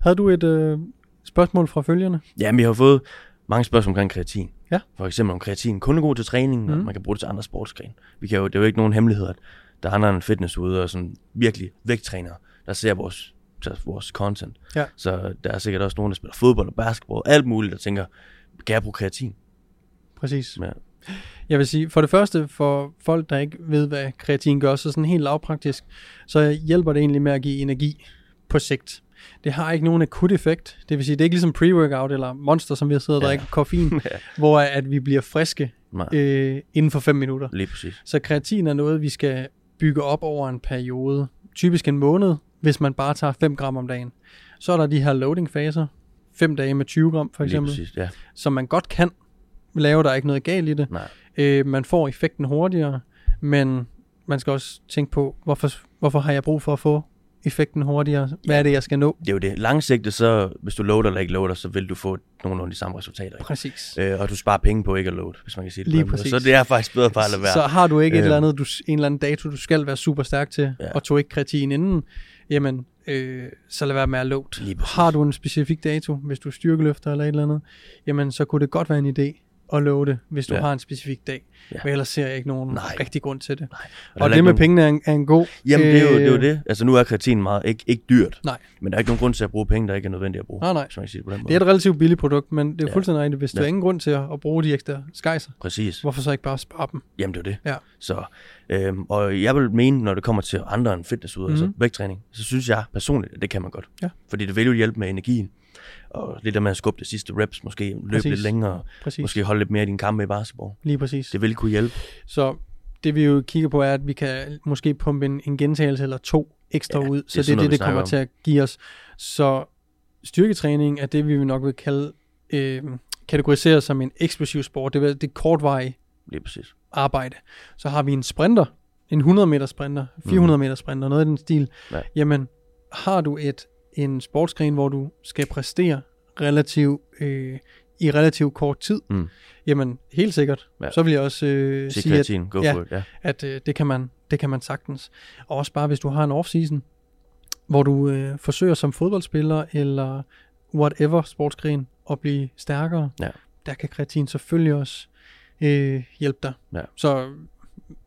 Speaker 1: Havde du et øh, spørgsmål fra følgerne?
Speaker 2: Ja, men vi har fået mange spørgsmål omkring kreatin.
Speaker 1: Ja.
Speaker 2: For eksempel om kreatin kun er god til træning, mm. og
Speaker 1: Mhm.
Speaker 2: man kan bruge det til andre sportsgrene. Vi kan jo, det er jo ikke nogen hemmelighed, at der er andre end fitness ude, og sådan virkelig vægttrænere, der ser vores, der- vores content.
Speaker 1: Ja.
Speaker 2: Så der er sikkert også nogen, der spiller fodbold og basketball, alt muligt, der tænker, kan jeg bruge kreatin?
Speaker 1: Præcis.
Speaker 2: Ja.
Speaker 1: Jeg vil sige, for det første, for folk, der ikke ved, hvad kreatin gør, så sådan helt lavpraktisk, så hjælper det egentlig med at give energi på sigt. Det har ikke nogen akut effekt. Det vil sige, det er ikke ligesom pre-workout eller monster, som vi har siddet og
Speaker 2: Ja.
Speaker 1: drikker koffein, hvor at vi bliver friske
Speaker 2: Nej,
Speaker 1: øh, inden for 5 minutter.
Speaker 2: lige præcis.
Speaker 1: Så kreatin er noget, vi skal bygge op over en periode, typisk en måned, hvis man bare tager 5 gram om dagen. Så er der de her loading-faser, 5 dage med 20 gram for
Speaker 2: Lige
Speaker 1: eksempel,
Speaker 2: præcis, ja.
Speaker 1: som man godt kan lave, der er ikke noget galt i det.
Speaker 2: Nej.
Speaker 1: Øh, man får effekten hurtigere, men man skal også tænke på, hvorfor, hvorfor har jeg brug for at få effekten hurtigere? Hvad er det, jeg skal nå?
Speaker 2: Det er jo det. Langsigtet, så hvis du loader eller ikke loader, så vil du få nogenlunde de samme resultater. Ikke?
Speaker 1: Præcis.
Speaker 2: Øh, og du sparer penge på ikke at loade, hvis man kan sige det. på
Speaker 1: Lige
Speaker 2: den måde.
Speaker 1: præcis.
Speaker 2: Så det er faktisk bedre bare at lade være.
Speaker 1: Så har du ikke et
Speaker 2: Øh.
Speaker 1: eller andet, du, en eller anden dato, du skal være super stærk til,
Speaker 2: Ja.
Speaker 1: og tog ikke kreatin inden, jamen, øh, så lad være med at låte.
Speaker 2: Lige præcis.
Speaker 1: Har du en specifik dato, hvis du styrkeløfter eller et eller andet, jamen, så kunne det godt være en idé at love det, hvis du ja.
Speaker 2: Ja.
Speaker 1: har en specifik dag. Ja.
Speaker 2: Ja.
Speaker 1: Men ellers ser jeg ikke nogen Nej.
Speaker 2: Nej.
Speaker 1: rigtig grund til det.
Speaker 2: Nej. der
Speaker 1: Og
Speaker 2: er heller
Speaker 1: det
Speaker 2: ikke
Speaker 1: med
Speaker 2: nogen-
Speaker 1: pengene er en, er en god...
Speaker 2: Jamen, det er, jo, det er jo
Speaker 1: øh,
Speaker 2: det. Altså, nu er kreatin meget ikke, ikke dyrt.
Speaker 1: Nej.
Speaker 2: Men der er ikke nogen grund til at bruge penge, der ikke er nødvendigt at bruge.
Speaker 1: Nej, nej.
Speaker 2: Hvis man kan sige det på den måde.
Speaker 1: Det er et relativt billigt produkt, men det er
Speaker 2: Ja.
Speaker 1: fuldstændig rigtigt. Hvis ja. du
Speaker 2: Ja.
Speaker 1: har ingen grund til at, at bruge de ekstra skejser,
Speaker 2: Præcis.
Speaker 1: hvorfor så ikke bare spare dem?
Speaker 2: Jamen, det er jo det.
Speaker 1: Ja.
Speaker 2: Så, øhm, og jeg vil mene, når det kommer til andre end fitness ud, mm. altså
Speaker 1: Mhm.
Speaker 2: vægttræning, så synes jeg personligt, at det kan man godt.
Speaker 1: Ja.
Speaker 2: Fordi det vil jo hjælpe med energien. Og lidt der med at skubbe det sidste reps, måske løbe
Speaker 1: Præcis.
Speaker 2: lidt længere,
Speaker 1: Præcis.
Speaker 2: måske holde lidt mere i din kampe i basketball.
Speaker 1: Lige præcis.
Speaker 2: Det vil kunne hjælpe.
Speaker 1: Så det vi jo kigger på er, at vi kan måske pumpe en, en gentagelse eller to ekstra
Speaker 2: Ja,
Speaker 1: ja, ud.
Speaker 2: det er
Speaker 1: Så det er
Speaker 2: sådan
Speaker 1: det,
Speaker 2: noget, vi
Speaker 1: det kommer
Speaker 2: snakker
Speaker 1: til at give os. Så styrketræning er det, vi vil nok vil kalde, øh, kategorisere som en eksplosiv sport. Det vil det kortvarige
Speaker 2: Lige præcis.
Speaker 1: arbejde. Så har vi en sprinter, en 100 meter sprinter,
Speaker 2: Mm.
Speaker 1: 400 meter sprinter, noget i den stil.
Speaker 2: Ja.
Speaker 1: Jamen, har du et en sportsgren, hvor du skal præstere relativ, øh, i relativt kort tid,
Speaker 2: Mm.
Speaker 1: jamen helt sikkert, ja.
Speaker 2: Ja.
Speaker 1: så vil jeg også øh,
Speaker 2: Se
Speaker 1: sige, at
Speaker 2: kreatin, go
Speaker 1: ja.
Speaker 2: for it. Ja.
Speaker 1: at øh, det, kan man, det kan man sagtens. Og også bare, hvis du har en off-season, hvor du øh, forsøger som fodboldspiller eller whatever sportsgren at blive stærkere,
Speaker 2: Ja.
Speaker 1: der kan kreatin selvfølgelig også øh, hjælpe dig.
Speaker 2: Ja.
Speaker 1: Så øh,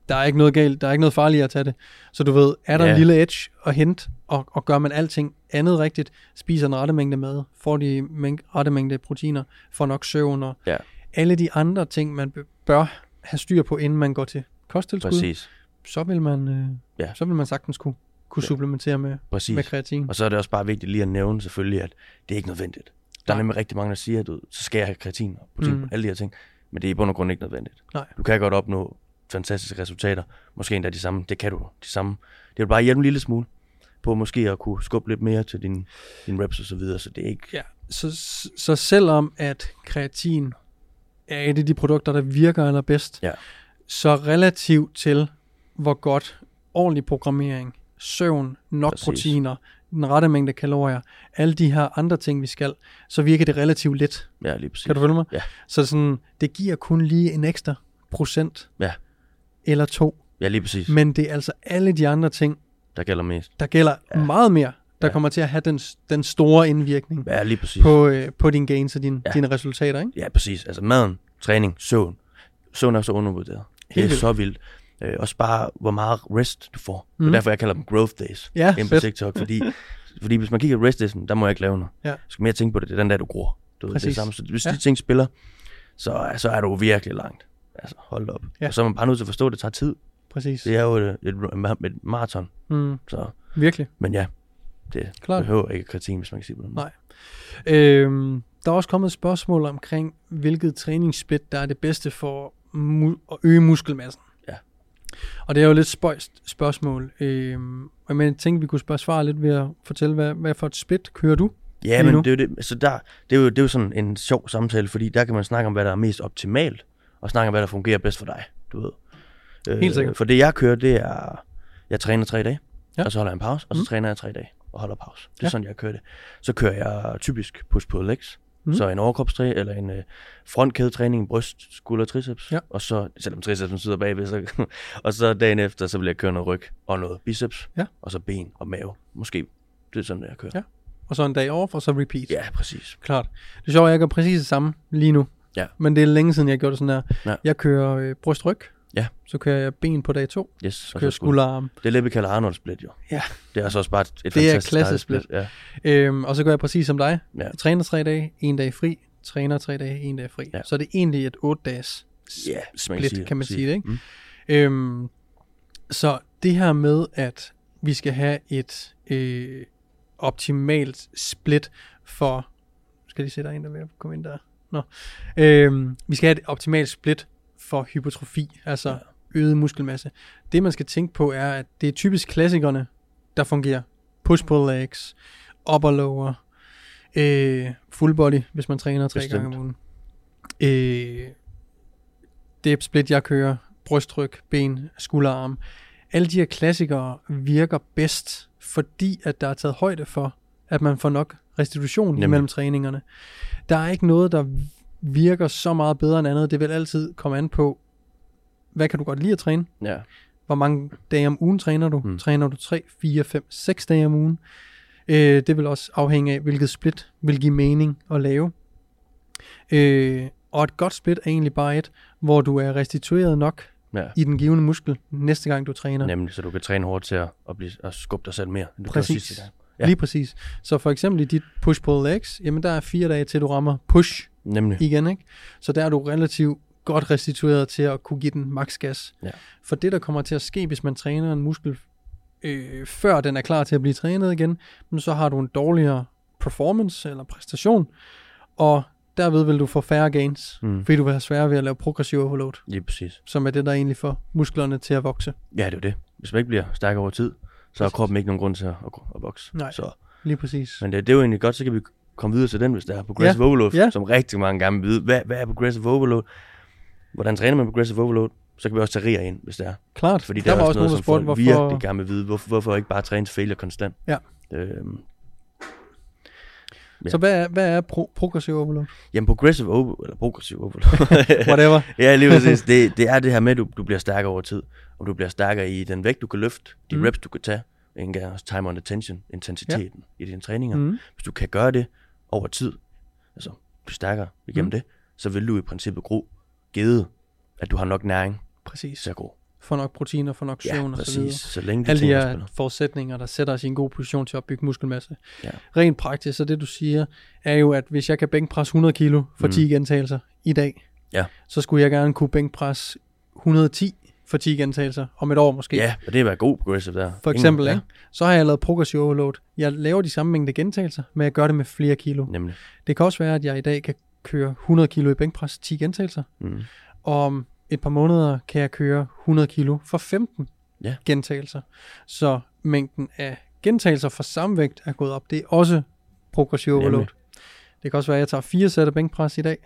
Speaker 1: der er ikke noget galt, der er ikke noget farligt at tage det. Så du ved, er der ja.
Speaker 2: Ja.
Speaker 1: en lille edge at hente, og, og gør man alting andet rigtigt, spiser den rette mængde mad, får de mæng- rette mængde proteiner, får nok søvn og
Speaker 2: Ja.
Speaker 1: alle de andre ting, man b- bør have styr på, inden man går til kosttilskud
Speaker 2: Præcis.
Speaker 1: så vil man, øh, ja.
Speaker 2: Ja.
Speaker 1: så vil man sagtens kunne, kunne ja.
Speaker 2: Ja.
Speaker 1: supplementere med,
Speaker 2: Præcis.
Speaker 1: med kreatin.
Speaker 2: Og så er det også bare vigtigt lige at nævne selvfølgelig, at det er ikke nødvendigt. Der er
Speaker 1: Nej.
Speaker 2: nemlig rigtig mange, der siger, at du, så skal jeg have kreatin og protein,
Speaker 1: Mm.
Speaker 2: mm. alle de her ting. Men det er i bund og grund ikke nødvendigt.
Speaker 1: Nej.
Speaker 2: Du kan godt opnå fantastiske resultater. Måske endda de samme. Det kan du. De samme. Det vil bare hjælpe en lille smule på måske at kunne skubbe lidt mere til din, din reps og så videre. Så det er ikke...
Speaker 1: Ja. Så, så selvom at kreatin er et af de produkter, der virker allerbedst,
Speaker 2: Ja.
Speaker 1: så relativt til, hvor godt ordentlig programmering, søvn, nok Præcis.
Speaker 2: Præcis.
Speaker 1: proteiner, den rette mængde kalorier, alle de her andre ting, vi skal, så virker det relativt let.
Speaker 2: Ja, lige præcis.
Speaker 1: Kan du følge mig?
Speaker 2: Ja.
Speaker 1: Så sådan, det giver kun lige en ekstra procent
Speaker 2: Ja.
Speaker 1: eller to.
Speaker 2: Ja, lige præcis.
Speaker 1: Men det er altså alle de andre ting,
Speaker 2: Der gælder mest.
Speaker 1: der gælder ja. meget mere, der ja.
Speaker 2: Ja.
Speaker 1: kommer til at have den, den store indvirkning
Speaker 2: Ja, lige præcis.
Speaker 1: på, øh, på din gains og din, ja.
Speaker 2: Ja.
Speaker 1: dine resultater. Ikke?
Speaker 2: Ja, præcis. Altså maden, træning, søvn. Søvn er så undervurderet. Det
Speaker 1: Helt
Speaker 2: er
Speaker 1: vildt.
Speaker 2: så vildt. Øh, også bare, hvor meget rest du får. Mm.
Speaker 1: Mhm.
Speaker 2: Og derfor, jeg kalder dem growth days
Speaker 1: Ja,
Speaker 2: inde på
Speaker 1: fedt.
Speaker 2: TikTok. Fordi, fordi hvis man kigger på rest days, der må jeg ikke lave noget.
Speaker 1: Ja.
Speaker 2: Jeg skal mere tænke på det, det er den der, du gror. Du ved, det er
Speaker 1: Præcis.
Speaker 2: det samme. Så hvis
Speaker 1: Ja.
Speaker 2: ja. de ting spiller, så, så er du virkelig langt. Altså, hold da op.
Speaker 1: Ja.
Speaker 2: Ja. Og så er man bare nødt til at forstå, at det tager tid.
Speaker 1: Præcis.
Speaker 2: Det er jo et, et, et, et maraton.
Speaker 1: Mm,
Speaker 2: Så,
Speaker 1: virkelig.
Speaker 2: men ja, det
Speaker 1: Klart.
Speaker 2: Klart. behøver ikke kritik, hvis man kan sige på den måde.
Speaker 1: Nej. Øhm, der er også kommet et spørgsmål omkring, hvilket træningssplit, der er det bedste for mu- at øge muskelmassen.
Speaker 2: Ja.
Speaker 1: Og det er jo et lidt spøjst spørgsmål. Øhm, men jeg tænkte, vi kunne spørge svare lidt ved at fortælle, hvad, hvad for et split kører du?
Speaker 2: Ja,
Speaker 1: lige
Speaker 2: men
Speaker 1: nu?
Speaker 2: det er, jo det, så der, det, er jo, det er jo sådan en sjov samtale, fordi der kan man snakke om, hvad der er mest optimalt, og snakke om, hvad der fungerer bedst for dig, du ved. Øh,
Speaker 1: Helt sikkert.
Speaker 2: For det, jeg kører, det er, jeg træner tre dage,
Speaker 1: Ja.
Speaker 2: ja. og så holder jeg en pause, og så
Speaker 1: Mm.
Speaker 2: mm. træner jeg tre dage og holder pause. Det er
Speaker 1: Ja.
Speaker 2: ja. sådan, jeg kører det. Så kører jeg typisk push på legs,
Speaker 1: Mm.
Speaker 2: mm. så en overkropstræ, eller en øh, frontkædetræning, bryst, skulder, triceps,
Speaker 1: Ja.
Speaker 2: og så, selvom tricepsen sidder bagved, så, og så dagen efter, så vil jeg køre noget ryg og noget biceps,
Speaker 1: Ja.
Speaker 2: og så ben og mave, måske. Det er sådan, jeg kører.
Speaker 1: Ja. Og så en dag over, og så repeat.
Speaker 2: Ja, præcis.
Speaker 1: Klart. Det er sjovt, at jeg gør præcis det samme lige nu.
Speaker 2: Ja.
Speaker 1: Men det er længe siden, jeg gjorde det sådan her.
Speaker 2: Ja.
Speaker 1: Jeg kører øh, brystryg.
Speaker 2: Ja.
Speaker 1: Så kører jeg ben på dag to.
Speaker 2: Yes,
Speaker 1: Så
Speaker 2: så
Speaker 1: kører jeg skulderarm.
Speaker 2: Det er lidt, vi kalder Arnold Split, jo.
Speaker 1: Ja.
Speaker 2: Det er altså også bare et, et
Speaker 1: Det er
Speaker 2: fantastisk
Speaker 1: klasse
Speaker 2: dejligt split. Ja.
Speaker 1: Øhm, og så gør jeg præcis som dig.
Speaker 2: Ja.
Speaker 1: Jeg træner tre dage, en dag fri. Træner tre dage, en dag fri.
Speaker 2: Ja.
Speaker 1: Så er det egentlig et otte dages
Speaker 2: Ja, hvis man
Speaker 1: split, kan man sige det. Ikke?
Speaker 2: Mm.
Speaker 1: Øhm, så det her med, at vi skal have et øh, optimalt split for... Skal jeg lige se, der er en, der er ved at komme ind der. Nå. Øhm, vi skal have et optimalt split for hypertrofi, altså ja.
Speaker 2: Ja.
Speaker 1: øget muskelmasse. Det, man skal tænke på, er, at det er typisk klassikerne, der fungerer. Push-pull legs, upper lower, øh, full body, hvis man træner tre
Speaker 2: Bestemt.
Speaker 1: gange om ugen. Øh, det er split, jeg kører, brystryg, ben, skulderarm. Alle de her klassikere virker bedst, fordi at der er taget højde for, at man får nok restitution Nemlig.
Speaker 2: Nemlig.
Speaker 1: imellem træningerne. Der er ikke noget, der virker så meget bedre end andet. Det vil altid komme an på, hvad kan du godt lide at træne?
Speaker 2: Ja.
Speaker 1: Hvor mange dage om ugen træner du? Mm.
Speaker 2: Mm.
Speaker 1: Træner du 3, 4, 5, 6 dage om ugen? Øh, det vil også afhænge af, hvilket split vil give mening at lave. Øh, og et godt split er egentlig bare et, hvor du er restitueret nok
Speaker 2: ja.
Speaker 1: i den givende muskel næste gang du træner.
Speaker 2: Nemlig, så du kan træne hårdt til at, at, blive, at skubbe dig selv mere, end du gjorde
Speaker 1: Præcis.
Speaker 2: sidste gang.
Speaker 1: Ja.
Speaker 2: Ja.
Speaker 1: Lige præcis. Så for eksempel i dit push-pull legs, jamen der er fire dage til du rammer push
Speaker 2: Nemlig.
Speaker 1: igen, ikke? Så der er du relativt godt restitueret til at kunne give den maks gas.
Speaker 2: Ja.
Speaker 1: For det, der kommer til at ske, hvis man træner en muskel, øh, før den er klar til at blive trænet igen, men så har du en dårligere performance eller præstation, og derved vil du få færre gains, mm.
Speaker 2: Mm.
Speaker 1: fordi du vil have sværere ved at lave progressiv overload,
Speaker 2: Lige præcis.
Speaker 1: som er det, der egentlig får musklerne til at vokse.
Speaker 2: Ja, det er jo det. Hvis man ikke bliver stærkere over tid, så har
Speaker 1: Præcis.
Speaker 2: kroppen ikke nogen grund til at, at, at vokse.
Speaker 1: Nej.
Speaker 2: Så,
Speaker 1: Lige præcis.
Speaker 2: men det, det er jo egentlig godt, så kan vi komme videre til den, hvis det er progressive ja. overload,
Speaker 1: Ja.
Speaker 2: som rigtig mange gerne vil vide. Hvad, hvad er progressive overload? Hvordan træner man progressive overload? Så kan vi også tage riger ind, hvis det er.
Speaker 1: Klart,
Speaker 2: Fordi
Speaker 1: der
Speaker 2: det
Speaker 1: var
Speaker 2: er
Speaker 1: også nogen, der
Speaker 2: noget,
Speaker 1: spurgte,
Speaker 2: som folk
Speaker 1: hvorfor...
Speaker 2: virkelig gerne vil vide, hvorfor, hvorfor ikke bare træne til failure konstant.
Speaker 1: Ja.
Speaker 2: Øhm,
Speaker 1: Så hvad er, hvad er pro- progressiv overload?
Speaker 2: jamen progressive over, eller progressive overload.
Speaker 1: Whatever.
Speaker 2: ja, lige præcis. Det, det er det her med, at du, du bliver stærkere over tid, og du bliver stærkere i den vægt, du kan løfte, de
Speaker 1: Mm.
Speaker 2: mm. reps, du kan tage, og ikke engang også time on attention, intensiteten ja. i dine træninger. Mm.
Speaker 1: Mm.
Speaker 2: Hvis du kan gøre det over tid, altså blive stærkere igennem
Speaker 1: Mm.
Speaker 2: mm. det, så vil du i princippet gro givet, at du har nok næring
Speaker 1: Præcis.
Speaker 2: til at gro.
Speaker 1: Få nok proteiner, få nok søvn og så videre.
Speaker 2: præcis. Så længe de
Speaker 1: alle de
Speaker 2: ting er
Speaker 1: her
Speaker 2: spillet.
Speaker 1: forudsætninger, der sætter os i en god position til at opbygge muskelmasse.
Speaker 2: Ja.
Speaker 1: Rent praktisk, så det du siger, er jo, at hvis jeg kan bænkpresse 100 kilo for
Speaker 2: Mm.
Speaker 1: 10 gentagelser i dag,
Speaker 2: Ja.
Speaker 1: så skulle jeg gerne kunne bænkpresse 110 for 10 gentagelser om et år måske.
Speaker 2: Ja, og det vil være god progressive der.
Speaker 1: For
Speaker 2: Ingen-
Speaker 1: eksempel,
Speaker 2: ja,
Speaker 1: ikke? så har jeg lavet progressive overload. Jeg laver de samme mængde gentagelser, men jeg gør det med flere kilo.
Speaker 2: Nemlig.
Speaker 1: Det kan også være, at jeg i dag kan køre 100 kilo i bænkpres 10 gentagelser,
Speaker 2: Mm.
Speaker 1: og om et par måneder kan jeg køre 100 kilo for 15
Speaker 2: Ja.
Speaker 1: gentagelser. Så mængden af gentagelser for samme vægt er gået op. Det er også progressiv
Speaker 2: Nemlig.
Speaker 1: overload. Det kan også være, at jeg tager fire sæt af bænkpres i dag,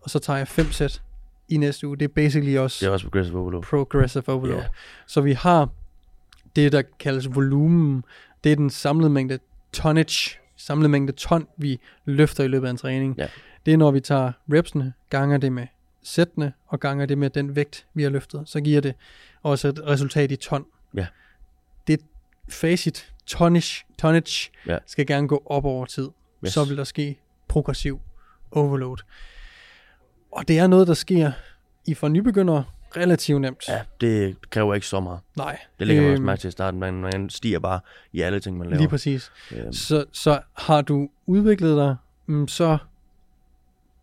Speaker 1: og så tager jeg fem sæt i næste uge. Det er basically
Speaker 2: Det
Speaker 1: også
Speaker 2: er også progressive overload.
Speaker 1: progressive overload.
Speaker 2: Ja.
Speaker 1: Så vi har det, der kaldes volumen. Det er den samlede mængde tonnage, samlede mængde ton, vi løfter i løbet af en træning.
Speaker 2: Ja.
Speaker 1: Det er, når vi tager repsene, ganger det med sættende og ganger det med den vægt, vi har løftet, så giver det også et resultat i ton.
Speaker 2: Ja.
Speaker 1: Det facit, tonnage, tonnage
Speaker 2: Ja.
Speaker 1: skal gerne gå op over tid.
Speaker 2: Yes.
Speaker 1: Så vil der ske progressiv overload. Og det er noget, der sker i for nybegyndere relativt nemt.
Speaker 2: Ja, det kræver ikke så meget.
Speaker 1: Nej.
Speaker 2: Det lægger man også
Speaker 1: øhm,
Speaker 2: mærke til i starten. Man, man stiger bare i alle ting, man laver.
Speaker 1: Lige præcis.
Speaker 2: Øhm,
Speaker 1: Så, så har du udviklet dig, mm, så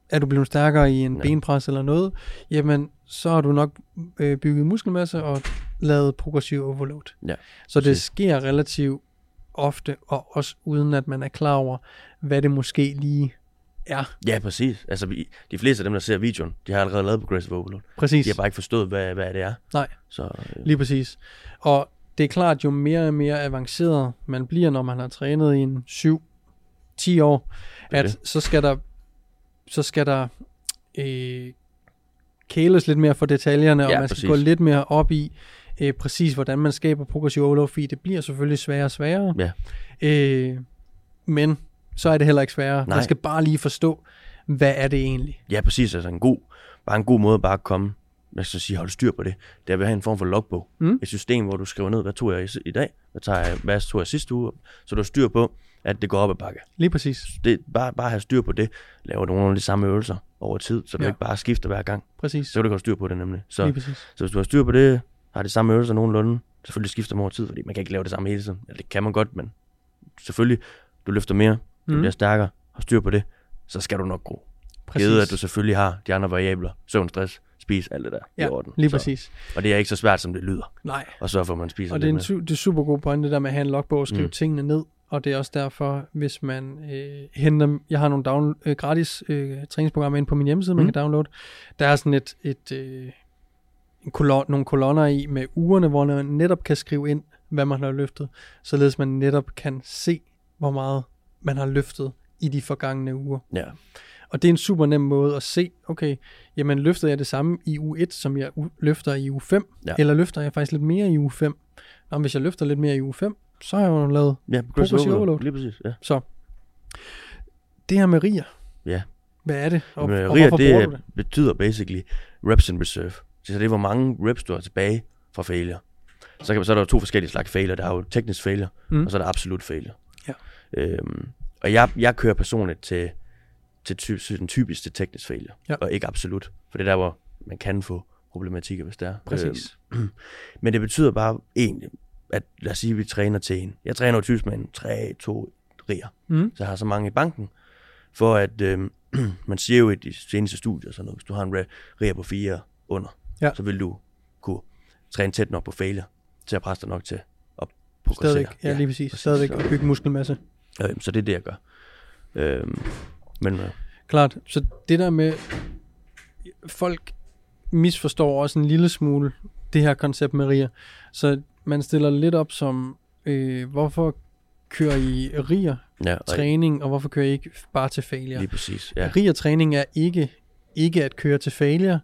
Speaker 1: er du blevet stærkere i en
Speaker 2: Ja.
Speaker 1: benpres eller noget, jamen så har du nok øh, bygget muskelmasse og lavet progressiv overload.
Speaker 2: Ja,
Speaker 1: så det
Speaker 2: præcis.
Speaker 1: sker relativt ofte, og også uden at man er klar over, hvad det måske lige er.
Speaker 2: ja, præcis. Altså, vi, de fleste af dem, der ser videoen, de har allerede lavet Progressive Overload.
Speaker 1: Præcis.
Speaker 2: De har bare ikke forstået, hvad, hvad det er.
Speaker 1: Nej.
Speaker 2: Så øh,
Speaker 1: Lige præcis. Og det er klart, jo mere og mere avanceret man bliver, når man har trænet i en 7-10 år,
Speaker 2: Det er
Speaker 1: at så skal der, så skal der øh, kæles lidt mere for detaljerne, og
Speaker 2: Ja,
Speaker 1: man skal
Speaker 2: præcis.
Speaker 1: gå lidt mere op i øh, præcis, hvordan man skaber progressiv overload, fordi det bliver selvfølgelig sværere og sværere.
Speaker 2: ja,
Speaker 1: Øh, men så er det heller ikke sværere.
Speaker 2: Nej.
Speaker 1: Man skal bare lige forstå, hvad er det egentlig?
Speaker 2: ja, præcis. Altså en god, bare en god måde at bare komme, jeg skal sige, holde styr på det. Det er ved at have en form for logbog.
Speaker 1: Mm.
Speaker 2: Et system, hvor du skriver ned, hvad tog jeg i, i dag, hvad, tager jeg, hvad tog jeg sidste uge, så du har styr på, at det går op ad bakke.
Speaker 1: Lige præcis.
Speaker 2: Det, bare, bare have styr på det. Laver nogle af de samme øvelser over tid, så du
Speaker 1: Ja.
Speaker 2: ikke bare skifter hver gang.
Speaker 1: Præcis.
Speaker 2: Så kan du godt styr på det nemlig. Så
Speaker 1: Lige præcis.
Speaker 2: Så hvis du har styr på det, har de samme øvelser nogenlunde, selvfølgelig skifter man over tid, fordi man kan ikke lave det samme hele tiden. Eller det kan man godt, men selvfølgelig, du løfter mere, du
Speaker 1: Mm.
Speaker 2: mm. bliver stærkere, har styr på det, så skal du nok gro. Givet, at du selvfølgelig har de andre variabler, søvn, stress, spis, alt det der i
Speaker 1: ja,
Speaker 2: orden.
Speaker 1: lige
Speaker 2: Så-
Speaker 1: præcis.
Speaker 2: Og det er ikke så svært, som det lyder,
Speaker 1: Nej.
Speaker 2: og så for, at man spiser
Speaker 1: Og det er,
Speaker 2: lidt
Speaker 1: en su-
Speaker 2: mere.
Speaker 1: det er super god pointe, det der med at have en logbog og skrive mm.
Speaker 2: Mm.
Speaker 1: tingene ned. Og det er også derfor, hvis man øh, henter... Jeg har nogle down, øh, gratis øh, træningsprogrammer inde på min hjemmeside, mm. man
Speaker 2: Mm.
Speaker 1: kan downloade. Der er sådan et, et, øh, en kolon, nogle kolonner i med ugerne, hvor man netop kan skrive ind, hvad man har løftet. Således man netop kan se, hvor meget man har løftet i de forgangne uger.
Speaker 2: Ja,
Speaker 1: Og det er en super nem måde at se, okay, jamen løftede jeg det samme i u 1, som jeg u- løfter i u 5, ja.
Speaker 2: Ja.
Speaker 1: eller løfter jeg faktisk lidt mere i u 5? Nå, men hvis jeg løfter lidt mere i u 5, så har jeg jo lavet
Speaker 2: ja
Speaker 1: Progressive overload.
Speaker 2: Lige præcis, ja.
Speaker 1: så. Det her med riger.
Speaker 2: Ja.
Speaker 1: Hvad er det? Og,
Speaker 2: Men,
Speaker 1: og
Speaker 2: RIA,
Speaker 1: hvorfor bruger
Speaker 2: det,
Speaker 1: du det?
Speaker 2: betyder basically reps in reserve. Så det er, hvor mange reps, du har tilbage fra failure. Så, kan, så er der jo to forskellige slags failure. Der er jo teknisk failure,
Speaker 1: Mm.
Speaker 2: mm. og så er der absolut failure.
Speaker 1: Ja.
Speaker 2: Øhm, og jeg, jeg kører personligt til, til, ty, til den typiske teknisk failure,
Speaker 1: Ja.
Speaker 2: og ikke absolut. For det er der, hvor man kan få problematikker, hvis det er. Øhm,
Speaker 1: Præcis.
Speaker 2: men det betyder bare egentlig, at lad os sige, at vi træner til en. Jeg træner jo typisk med en 3, 2 riger.
Speaker 1: Mm.
Speaker 2: Så jeg har så mange i banken, for at øh, man siger jo i de seneste studier, og sådan noget, hvis du har en re- riger på 4 under,
Speaker 1: Ja.
Speaker 2: så vil du kunne træne tæt nok på failure, til at presse dig nok til at progressere.
Speaker 1: Stadigvæk, ja, lige præcis.
Speaker 2: præcis.
Speaker 1: Stadigvæk at bygge muskelmasse.
Speaker 2: Øh, så det er det, jeg gør. Øh, men øh,
Speaker 1: Klart. Så det der med, folk misforstår også en lille smule det her koncept med riger. Så man stiller lidt op som, øh, hvorfor kører I riger
Speaker 2: ja, og,
Speaker 1: træning, og hvorfor kører I ikke bare til failure?
Speaker 2: lige præcis.
Speaker 1: Ja.
Speaker 2: Ja,
Speaker 1: Riger træning er ikke, ikke at køre til failure,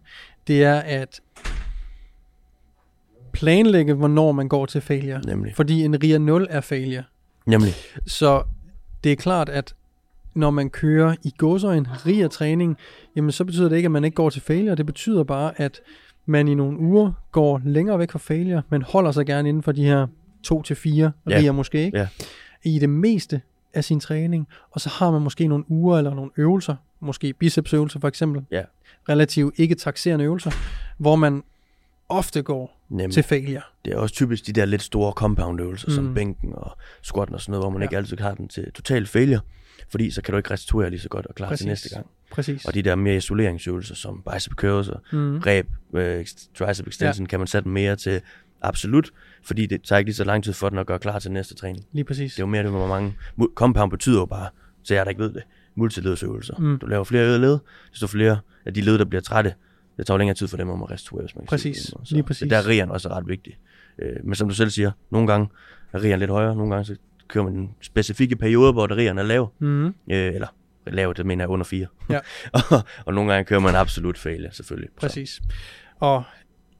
Speaker 1: det er at planlægge, hvornår man går til failure.
Speaker 2: nemlig.
Speaker 1: Fordi en riger 0 er failure.
Speaker 2: Nemlig.
Speaker 1: Så det er klart, at når man kører i gåsøjen riger træning, jamen så betyder det ikke, at man ikke går til failure. Det betyder bare, at man i nogle uger går længere væk fra failure, men holder sig gerne inden for de her to til fire
Speaker 2: Ja.
Speaker 1: riger måske, ikke?
Speaker 2: Ja.
Speaker 1: I det meste af sin træning, og så har man måske nogle uger eller nogle øvelser, måske bicepsøvelser for eksempel,
Speaker 2: Ja.
Speaker 1: relativt ikke taxerende øvelser, hvor man ofte går
Speaker 2: Nemlig.
Speaker 1: til failure.
Speaker 2: Det er også typisk de der lidt store compound-øvelser, mm.
Speaker 1: Mm.
Speaker 2: som bænken og squatten og sådan noget, hvor man
Speaker 1: Ja.
Speaker 2: ja. ikke altid har den til total failure, fordi så kan du ikke restituere lige så godt og klare til
Speaker 1: Præcis.
Speaker 2: næste gang.
Speaker 1: Præcis.
Speaker 2: Og de der mere isoleringsøvelser, som bicep curls og
Speaker 1: Mm.
Speaker 2: mm. rep, øh, tricep extension, ja. kan man sætte mere til absolut, fordi det tager ikke lige så lang tid for den at gøre klar til næste træning.
Speaker 1: Lige præcis.
Speaker 2: Det er jo mere det, hvor mange... mu- Compound betyder jo bare, så jeg der ikke ved det, multiledsøvelser.
Speaker 1: Mm.
Speaker 2: Mm. Du laver flere led, desto flere af de led, der bliver trætte, det tager jo længere tid for dem om at restituere, hvis man kan
Speaker 1: Præcis.
Speaker 2: sige det. på den måde.
Speaker 1: Lige
Speaker 2: Så
Speaker 1: præcis.
Speaker 2: Det der er rigeren også ret vigtig. Øh, men som du selv siger, nogle gange er rigeren lidt højere, nogle gange så kører man en specifikke periode, hvor der rigeren er lav,
Speaker 1: Mm.
Speaker 2: øh, eller lav, det mener jeg under 4.
Speaker 1: Ja.
Speaker 2: og, og nogle gange kører man absolut failure, selvfølgelig. Så-
Speaker 1: Præcis. Og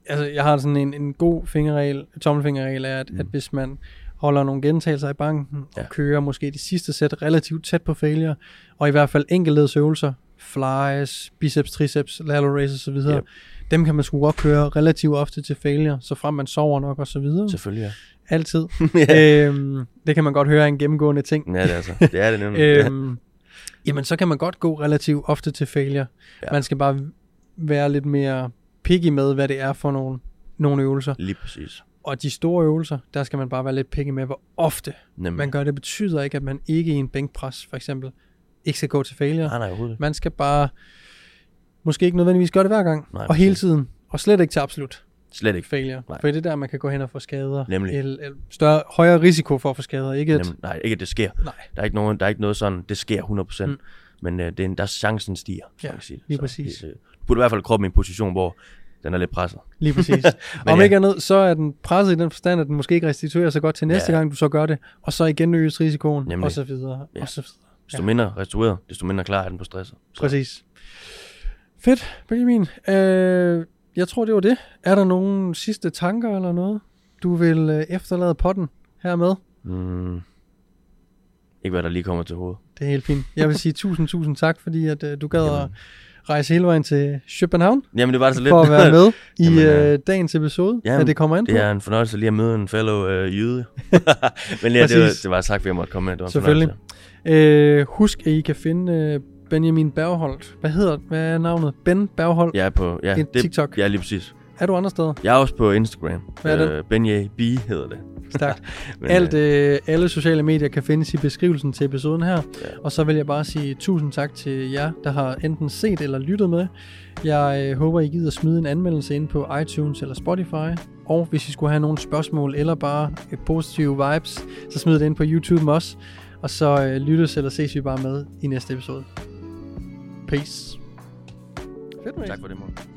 Speaker 1: altså, jeg har sådan en, en god fingerregel, tommelfingerregel er, at, mm. at hvis man holder nogle gentagelser i banken, ja.
Speaker 2: Ja.
Speaker 1: og kører måske det sidste sæt relativt tæt på failure, og i hvert fald enkeltledsøvelser flies, biceps, triceps, lateral raises osv., yep.
Speaker 2: Yep.
Speaker 1: dem kan man sgu godt køre relativt ofte til failure, så frem man sover nok og så videre.
Speaker 2: Selvfølgelig, ja.
Speaker 1: Altid.
Speaker 2: ja.
Speaker 1: øhm, det kan man godt høre er en gennemgående ting.
Speaker 2: ja, det er altså. Det er det nemlig. Ja.
Speaker 1: øhm, jamen, så kan man godt gå relativt ofte til failure. Ja.
Speaker 2: Ja.
Speaker 1: Man skal bare være lidt mere picky med, hvad det er for nogle, nogle øvelser.
Speaker 2: Lige præcis.
Speaker 1: Og de store øvelser, der skal man bare være lidt picky med, hvor ofte
Speaker 2: Nemlig.
Speaker 1: man gør. Det betyder ikke, at man ikke i en bænkpres, for eksempel, ikke skal gå til failure.
Speaker 2: Nej, nej, overhovedet ikke.
Speaker 1: Man skal bare måske ikke nødvendigvis gøre det hver gang,
Speaker 2: Nej,
Speaker 1: og hele
Speaker 2: præcis.
Speaker 1: tiden, og slet ikke til absolut
Speaker 2: Slet ikke.
Speaker 1: failure.
Speaker 2: Nej.
Speaker 1: For det er der, man kan gå hen og få skader.
Speaker 2: Nemlig.
Speaker 1: Eller, eller større, højere risiko for at få skader, ikke? At,
Speaker 2: Nemlig. Nej, ikke at det sker.
Speaker 1: nej,
Speaker 2: Der er ikke, nogen, der er ikke noget sådan, det sker 100%.
Speaker 1: Mm.
Speaker 2: Mm. Men øh, det er en, der chancen stiger.
Speaker 1: Ja,
Speaker 2: kan sige.
Speaker 1: lige
Speaker 2: Så
Speaker 1: præcis.
Speaker 2: Det, øh, du burde i hvert fald kroppen i en position, hvor den er lidt presset.
Speaker 1: lige præcis.
Speaker 2: Men
Speaker 1: Om
Speaker 2: ja.
Speaker 1: ikke andet, så er den presset i den forstand, at den måske ikke restituerer så godt til næste
Speaker 2: Ja.
Speaker 1: gang, du så gør det, og så igen øges risikoen,
Speaker 2: Nemlig.
Speaker 1: og så videre,
Speaker 2: Ja.
Speaker 1: og så videre.
Speaker 2: Desto ja. mindre restaureret, desto mindre klar er den på stresset.
Speaker 1: Præcis. Fedt, Benjamin. Øh, jeg tror, det var det. Er der nogle sidste tanker eller noget, du vil øh, efterlade potten hermed?
Speaker 2: Mm. Ikke hvad der lige kommer til hovedet.
Speaker 1: Det er helt fint. Jeg vil sige tusind, tusind tak, fordi at, øh, du gad at
Speaker 2: Jamen.
Speaker 1: rejse hele vejen til København
Speaker 2: Jamen det var det så lidt.
Speaker 1: for at være med i
Speaker 2: Jamen, øh,
Speaker 1: øh, dagens episode,
Speaker 2: jamen,
Speaker 1: at det kommer ind på.
Speaker 2: det er en fornøjelse lige at møde en fellow øh, jyde. Men ja, det var,
Speaker 1: Præcis.
Speaker 2: det var sagt, at jeg måtte komme med. Det var en
Speaker 1: Selvfølgelig.
Speaker 2: fornøjelse.
Speaker 1: Øh, husk, at I kan finde øh, Benjamin Bergholdt. Hvad hedder hvad er navnet? Ben Bergholdt. Ja.
Speaker 2: Jeg er på ja,
Speaker 1: Det er TikTok.
Speaker 2: Ja, lige præcis.
Speaker 1: Er du andre steder?
Speaker 2: Jeg er også på Instagram.
Speaker 1: Hvad er den?
Speaker 2: Øh, Benje B hedder det.
Speaker 1: Stærkt.
Speaker 2: Men,
Speaker 1: Alt,
Speaker 2: øh,
Speaker 1: øh, alle sociale medier kan findes i beskrivelsen til episoden her.
Speaker 2: Ja.
Speaker 1: Og så vil jeg bare sige tusind tak til jer, der har enten set eller lyttet med. Jeg øh, håber, I gider smide en anmeldelse ind på iTunes eller Spotify. Og hvis I skulle have nogle spørgsmål eller bare øh, positive vibes, så smid det ind på YouTube også. Og så øh, lyttes eller ses vi bare med i næste episode. Peace. Fedt, mate.
Speaker 2: tak for det, Morten.